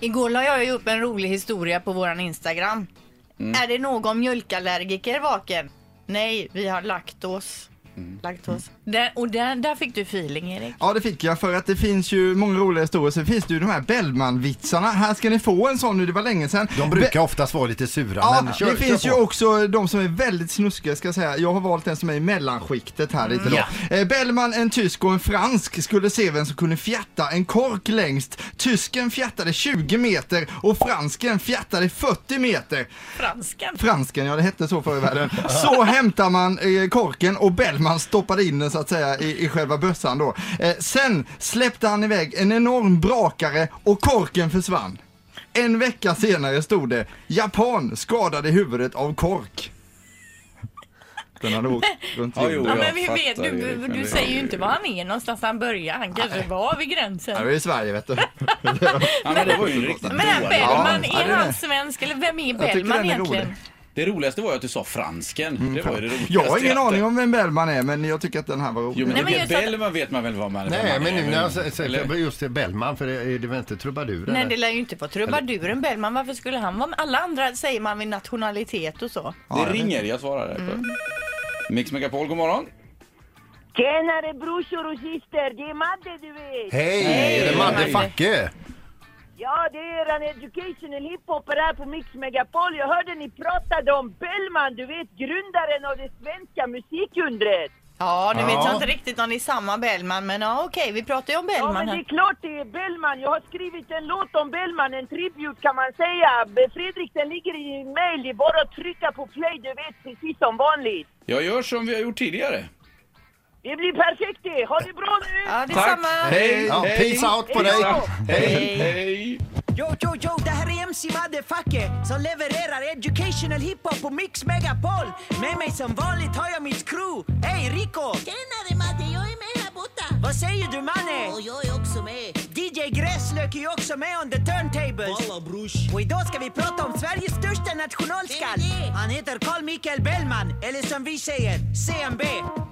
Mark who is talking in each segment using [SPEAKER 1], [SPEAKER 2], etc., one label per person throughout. [SPEAKER 1] Igår la jag ju upp en rolig historia på våran Instagram.
[SPEAKER 2] Mm.
[SPEAKER 1] Är det någon mjölkallergiker vaken? Nej, vi har laktos.
[SPEAKER 2] Mm.
[SPEAKER 1] Laktos. Den, och den, där fick du feeling, Erik.
[SPEAKER 2] Ja, det fick jag för att det finns ju många roliga historier. Sen finns det ju de här Bellman-vitsarna. Här ska ni få en sån nu, det var länge sedan.
[SPEAKER 3] De brukar oftast vara lite sura.
[SPEAKER 2] Ja,
[SPEAKER 3] men kör,
[SPEAKER 2] det finns
[SPEAKER 3] kör
[SPEAKER 2] ju
[SPEAKER 3] på.
[SPEAKER 2] också de som är väldigt snuskiga ska jag säga. Jag har valt en som är i mellanskiktet här
[SPEAKER 3] Mm,
[SPEAKER 2] lite då. Eh, Bellman, en tysk och en fransk skulle se vem som kunde fjätta en kork längst. Tysken fjättade 20 meter och fransken fjättade 40 meter.
[SPEAKER 1] Fransken.
[SPEAKER 2] Fransken, ja det hette så förr i världen. Så hämtar man eh, korken och Bellman stoppade in den så att säga i, i själva bössan då. Eh, sen släppte han iväg en enorm brakare och korken försvann. En vecka senare stod det Japan skadade huvudet av kork. Den hade åkt runt
[SPEAKER 4] Ja, jo,
[SPEAKER 2] jorden.
[SPEAKER 1] Ja,
[SPEAKER 4] Jag
[SPEAKER 1] men vi vet,
[SPEAKER 4] fattar,
[SPEAKER 1] du,
[SPEAKER 4] Erik,
[SPEAKER 1] du,
[SPEAKER 4] men
[SPEAKER 1] du
[SPEAKER 4] det-
[SPEAKER 1] säger ju inte var han är någonstans han börjar. Han kanske var vid
[SPEAKER 2] Ja,
[SPEAKER 1] gränsen.
[SPEAKER 2] vi är i Sverige vet du.
[SPEAKER 4] Ja, men det var ju en riktigt
[SPEAKER 1] Men här
[SPEAKER 4] dålig.
[SPEAKER 1] Bellman,
[SPEAKER 2] Ja,
[SPEAKER 1] är
[SPEAKER 2] det är
[SPEAKER 1] han
[SPEAKER 2] det.
[SPEAKER 1] svensk eller vem är
[SPEAKER 2] tycker
[SPEAKER 1] Bellman
[SPEAKER 2] den är rolig.
[SPEAKER 1] egentligen?
[SPEAKER 4] Det roligaste var ju att du sa fransken. det var ju det roligaste.
[SPEAKER 2] Mm, Jag har ingen aning om vem Bellman är men jag tycker att den här var rolig.
[SPEAKER 4] Jo, men,
[SPEAKER 1] Nej,
[SPEAKER 4] Nej,
[SPEAKER 1] men just att-
[SPEAKER 4] Bellman vet man väl vad man
[SPEAKER 3] Nej,
[SPEAKER 4] vad man
[SPEAKER 3] men
[SPEAKER 4] är,
[SPEAKER 3] nu när jag s-
[SPEAKER 4] eller-
[SPEAKER 3] säger just det, Bellman, för det är det väl inte trubadur?
[SPEAKER 1] Nej
[SPEAKER 3] eller?
[SPEAKER 1] det lär ju inte vara trubaduren Bellman. Varför skulle han vara med? Alla andra säger man vid nationalitet och så.
[SPEAKER 2] Ja, jag
[SPEAKER 4] Det ringer, jag svarar. Mix Megapol, god morgon.
[SPEAKER 5] Tjenare brorsor och syster, det är Madde du vet!
[SPEAKER 3] Hej! Är det Madde
[SPEAKER 1] Madde.
[SPEAKER 3] Facke?
[SPEAKER 5] Ja, det är eran educational hiphopper här på Mix Megapol. Jag hörde ni pratade om Bellman, du vet grundaren av det svenska musikundret.
[SPEAKER 1] Ja, nu
[SPEAKER 3] Ja.
[SPEAKER 1] vet jag inte riktigt om det är samma Bellman, men ja okej, vi pratar ju om
[SPEAKER 5] Ja,
[SPEAKER 1] Bellman
[SPEAKER 5] men det är
[SPEAKER 1] här.
[SPEAKER 5] klart det är Bellman. Jag har skrivit en låt om Bellman, en tribut kan man säga. Fredrik, den ligger i mail. Det är bara att trycka på play, du vet, precis som vanligt.
[SPEAKER 4] Jag gör som vi har gjort tidigare.
[SPEAKER 5] Det blir perfekt det! Ha det bra nu!
[SPEAKER 1] Ja, det är samma.
[SPEAKER 4] Hej,
[SPEAKER 3] Ja,
[SPEAKER 4] hej.
[SPEAKER 3] peace out på dig!
[SPEAKER 4] Peace out. Hej, hej.
[SPEAKER 6] Yo, yo, yo, det här är MC Motherfucker som levererar educational hiphop på Mix Megapol. Med mig som vanligt har jag mitt crew. Hej Rico!
[SPEAKER 7] Tjenare Madde, jag är med här borta.
[SPEAKER 6] Vad säger du
[SPEAKER 7] Och
[SPEAKER 6] mannen?
[SPEAKER 7] jag är också med.
[SPEAKER 6] DJ Gräslök är ju också med on the turntables.
[SPEAKER 7] Alla brors.
[SPEAKER 6] Och idag ska vi prata om Sveriges största nationalskall.
[SPEAKER 7] Vem är det?
[SPEAKER 6] Han heter Carl Michael Bellman, eller som vi säger, CMB.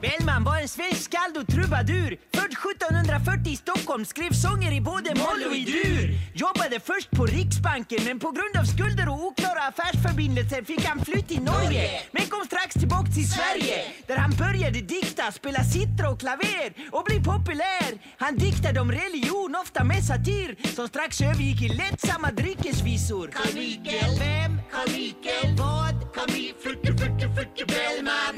[SPEAKER 6] Bellman var en svensk skald och trubadur. Född 1740 i Stockholm, skrev sånger i både moll och i dur. Jobbade först på Riksbanken, men på grund av skulder och oklara affärsförbindelser fick han flytt till Norge.
[SPEAKER 7] Norge.
[SPEAKER 6] Men kom strax tillbaka till Sverige, där han började dikta, spela citra och klaver och bli populär. Han diktade om religion, ofta med satir, som strax övergick i lättsamma dryckesvisor.
[SPEAKER 7] Carl Michael.
[SPEAKER 6] Vem?
[SPEAKER 7] Carl Michael.
[SPEAKER 6] Vad?
[SPEAKER 7] Carl Michael. Fucke, fucke, fucke Bellman.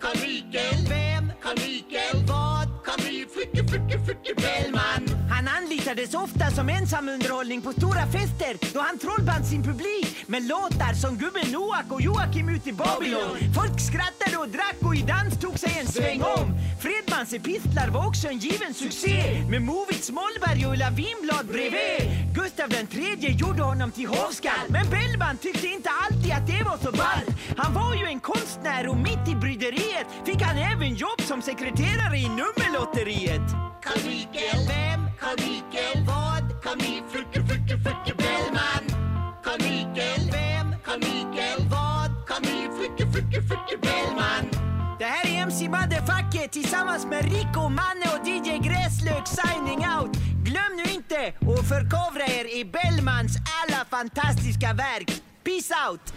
[SPEAKER 7] Carl Michael.
[SPEAKER 6] Vem?
[SPEAKER 7] Carl Michael.
[SPEAKER 6] Vad?
[SPEAKER 7] Carl Michael. Fucke, fucke, fucke Bellman.
[SPEAKER 6] Han anlitades ofta som ensamunderhållning på stora fester då han trollband sin publik med låtar som Gubben Noak och Joakim ut i Babylon. Folk skrattade och drack och i dans tog sig en sväng om. Fredmans epistlar var också en given succé med Movits Mollberg och Ulla Winblad bredvid. Gustav den tredje gjorde honom till hovskall men Bellman tyckte inte alltid att det var så ball. Han var ju en konstnär och mitt i bryderiet fick han även jobb som sekreterare i Nummerlotteriet.
[SPEAKER 7] Carl Michael.
[SPEAKER 6] Vem?
[SPEAKER 7] Carl Michael.
[SPEAKER 6] Vad?
[SPEAKER 7] Carl Michael. Fucke, fucke, fucke Bellman. Carl Michael.
[SPEAKER 6] Vem?
[SPEAKER 7] Carl Michael.
[SPEAKER 6] Vad?
[SPEAKER 7] Carl Michael. Fucke, fucke, fucke Bellman.
[SPEAKER 6] Det här är MC Motherfucker tillsammans med Rico, Manne och DJ Gräslök signing out. Glöm nu inte att förkovra er i Bellmans alla fantastiska verk. Peace out!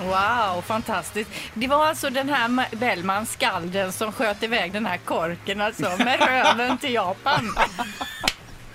[SPEAKER 1] Wow, fantastiskt. Det var alltså den här Ma- Bellman, skalden, som sköt iväg den här korken alltså, med röven till Japan.